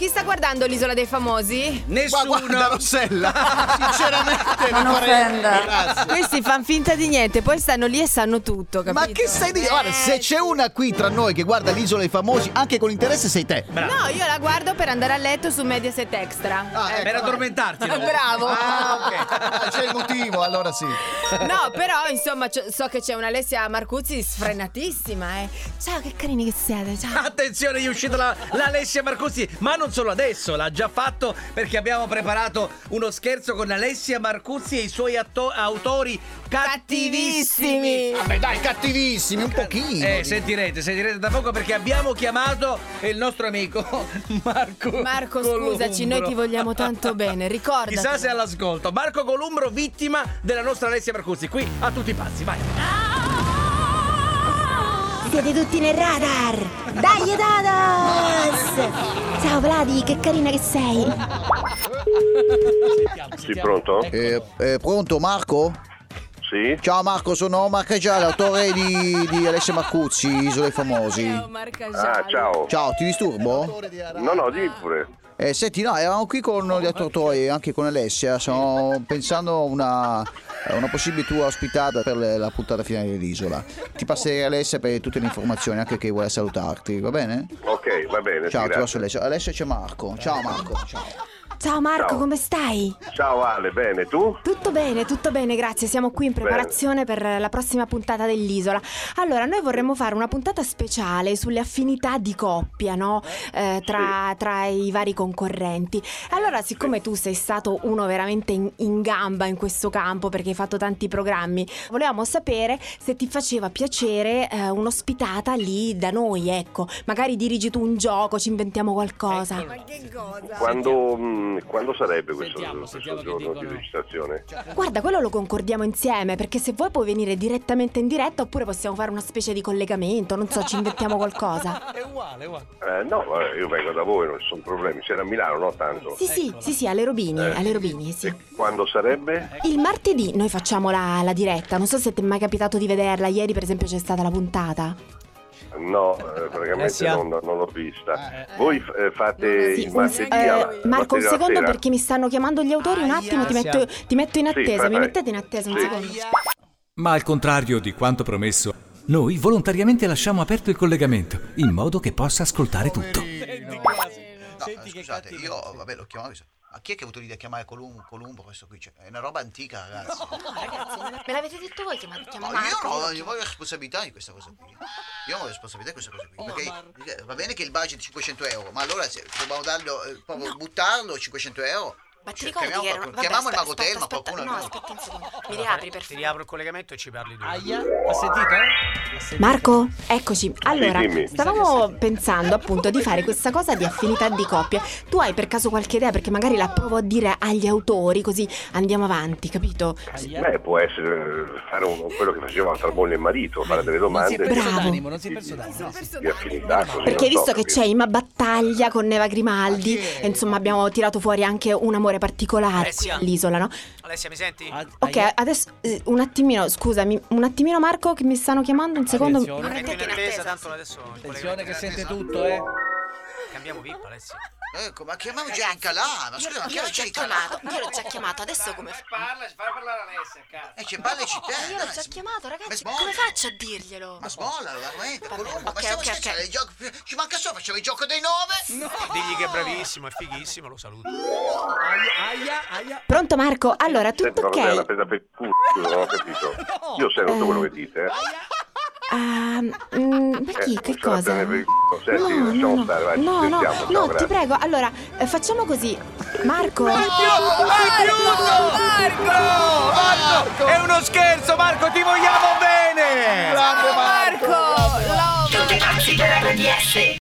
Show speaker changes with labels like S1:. S1: chi sta guardando l'Isola dei Famosi?
S2: Nessuno.
S3: guarda Rossella, sinceramente
S4: Non
S3: farei-
S4: offenda.
S3: Grazie.
S1: Questi fanno finta di niente, poi stanno lì e sanno tutto, capito?
S3: Ma che stai dicendo? Guarda,
S1: Eh,
S3: se c'è una qui tra noi che guarda l'isola dei famosi, anche con interesse sei te.
S1: No, io la guardo per andare a letto su Mediaset Extra.
S3: Ah, ecco.
S2: Per addormentarti.
S1: Ah, Bravo.
S3: Ah, ok. C'è il motivo, allora sì.
S1: No, però insomma c- so che c'è un'Alessia Marcuzzi sfrenatissima, eh. Ciao, che carini che siete. Ciao.
S2: Attenzione, è uscita la, l'Alessia Marcuzzi, ma non solo adesso, l'ha già fatto perché abbiamo preparato uno scherzo con Alessia Marcuzzi e i suoi atto- autori cattivissimi.
S3: Vabbè, dai, cattivissimi, un pochino.
S2: Eh, sentirete, sentirete da poco perché abbiamo chiamato il nostro amico Marco.
S1: Marco,
S2: Columbro.
S1: scusaci, noi ti vogliamo tanto bene, ricordati.
S2: Chissà se è all'ascolto. Marco Columbro, vittima della nostra Alessia Marcuzzi, qui a tutti i pazzi, vai.
S5: Siete tutti nel radar! Dai, Dados! Ciao Vladi, che carina che sei!
S6: Sì, pronto?
S3: Eh, eh, pronto Marco?
S6: Sì?
S3: Ciao Marco, sono Marco Già, l'autore di, di Alessia Marcuzzi, Isola dei Famosi.
S1: Ciao, Marca
S6: Ah,
S1: Giallo.
S6: ciao.
S3: Ciao, ti disturbo?
S6: No, no, dimmi pure.
S3: Eh, senti, no, eravamo qui con gli attori e anche con Alessia. Stiamo pensando a una, a una possibile tua ospitata per le- la puntata finale dell'isola. Ti passerei Alessia per tutte le informazioni, anche che vuole salutarti, va bene?
S6: Ok, va bene.
S3: Ciao,
S6: sì,
S3: ti passo
S6: grazie.
S3: Alessia. Alessia c'è Marco. Ciao Marco. Ciao.
S5: Ciao Marco,
S6: Ciao.
S5: come stai?
S6: Ciao Ale, bene, tu?
S5: Tutto bene, tutto bene, grazie. Siamo qui in preparazione per la prossima puntata dell'isola. Allora, noi vorremmo fare una puntata speciale sulle affinità di coppia, no? Eh, tra, tra i vari concorrenti. Allora, siccome tu sei stato uno veramente in, in gamba in questo campo perché hai fatto tanti programmi, volevamo sapere se ti faceva piacere eh, un'ospitata lì da noi, ecco. Magari dirigi tu un gioco, ci inventiamo qualcosa.
S6: Quando, mh, quando sarebbe questo, questo giorno di registrazione?
S5: Guarda, quello lo concordiamo insieme, perché se vuoi puoi venire direttamente in diretta oppure possiamo fare una specie di collegamento, non so, ci inventiamo qualcosa.
S6: Eh, no, eh, io vengo da voi, non ci sono problemi. Siete a Milano, no? Tanto.
S5: Sì, sì, sì, sì, alle Robini,
S6: Eh.
S5: alle Robini, sì.
S6: E quando sarebbe?
S5: Il martedì noi facciamo la, la diretta, non so se ti è mai capitato di vederla, ieri per esempio c'è stata la puntata.
S6: No, eh, praticamente
S2: Alessia?
S6: non, non l'ho vista. Voi f- eh, fate
S1: Sì,
S6: il
S1: un-
S6: martedì
S1: eh,
S6: alla-
S5: Marco, un
S6: martedì alla
S5: secondo
S6: sera?
S5: perché mi stanno chiamando gli autori, un attimo ti metto, ti metto in
S6: Sì,
S5: attesa,
S6: vai,
S5: mi
S6: vai.
S5: mettete in attesa un
S6: Sì.
S5: secondo.
S7: Ma al contrario di quanto promesso, noi volontariamente lasciamo aperto il collegamento in modo che possa ascoltare tutto.
S3: scusate, io vabbè l'ho chiamato. Ma chi è che ha avuto l'idea di chiamare Columbo? Columbo questo qui c'è. È una roba antica, ragazzi.
S5: Me l'avete detto voi che mi
S3: No, io non
S5: cioè.
S3: ho- io voglio responsabilità di questa cosa qui. Io ho responsabilità di questa cosa
S5: Oh,
S3: qui. Perché, perché va bene che il budget è 500 euro, ma allora se dobbiamo darlo, eh, proprio buttarlo 500 euro.
S5: Ma ti
S3: Cioè,
S5: ricordi
S3: chiamiamo
S5: che era...
S3: qualcuno-
S5: vabbè,
S3: chiamiamo il
S5: aspe-
S3: Mago
S5: aspetta,
S3: Telma,
S5: aspetta,
S3: qualcuno.
S5: No, aspetta un secondo. Mi riapri per
S8: Ti
S5: favore.
S8: riapro il collegamento e ci parli tu.
S2: Ha sentito?
S5: Marco, eccoci. Allora,
S6: dimmi.
S5: stavamo pensando appunto di fare questa cosa di affinità di coppie. Tu hai per caso qualche idea? Perché magari la provo a dire agli autori, così andiamo avanti, capito?
S6: Beh, può essere eh, fare un- quello che facevano tra moglie e marito, fare delle
S2: Non si è
S6: domande
S2: perso
S5: Bravo.
S2: d'animo, non si è perso d'animo. no.
S6: di affinità. così,
S5: Perché hai
S6: non so,
S5: visto che
S6: capito?
S5: c'è Ima Battaglia con Neva Grimaldi, e insomma abbiamo tirato fuori anche un amore particolare
S8: Eh sì,
S5: qui
S8: ah.
S5: all'isola, no?
S8: Alessia, mi senti?
S5: Ok, adesso eh, un attimino, scusami, un attimino Marco che mi stanno chiamando, un secondo.
S2: Attenzione.
S8: Metto in
S1: in attesa,
S8: attesa, tanto adesso il
S2: Attenzione
S8: collegamento.
S2: che sente tutto, eh.
S8: Cambiamo VIP, Alessia.
S3: Ecco, ma chiamiamo Giancalà, ma scusa, ma
S5: Io l'ho
S3: chiamiamo
S5: già
S3: Giancalà.
S5: chiamato, io l'ho già chiamato, adesso come fa?
S8: Parla, fai parlare Alessia, cazzo.
S3: E Eh, c'è palle città.
S5: Ma Io l'ho
S3: dai,
S5: già
S3: sm-
S5: chiamato,
S3: ma
S5: ragazzi.
S3: smolla.
S5: Come faccio a dirglielo?
S3: Ma smollalo, veramente, Colombo, ma
S5: ok,
S3: stiamo
S5: ok,
S3: scherzando,
S5: ok.
S3: i giochi- ci manca solo, facciamo il gioco dei nove.
S8: Digli che è bravissimo, è fighissimo, lo saluto.
S2: Aia, aia, aia.
S5: Pronto Marco? Allora,
S6: Senti,
S5: tutto
S6: ma cos'è
S5: ok?
S6: la presa per il culo? Scusa, non ho capito. Io sento tutto quello che dite, eh.
S5: Ah, mm, ma chi?
S6: Eh,
S5: che
S6: ce la
S5: cosa?
S6: prende per il c***o. Senti,
S5: no,
S6: lasciamo
S5: no,
S6: stare, vai, ci
S5: no, no,
S6: sentiamo, ciao,
S5: no, ti
S6: grazie.
S5: prego. Allora, eh, facciamo così. Marco,
S2: Marco! Marco! È uno scherzo, Marco, ti vogliamo bene!
S1: Marco! Love!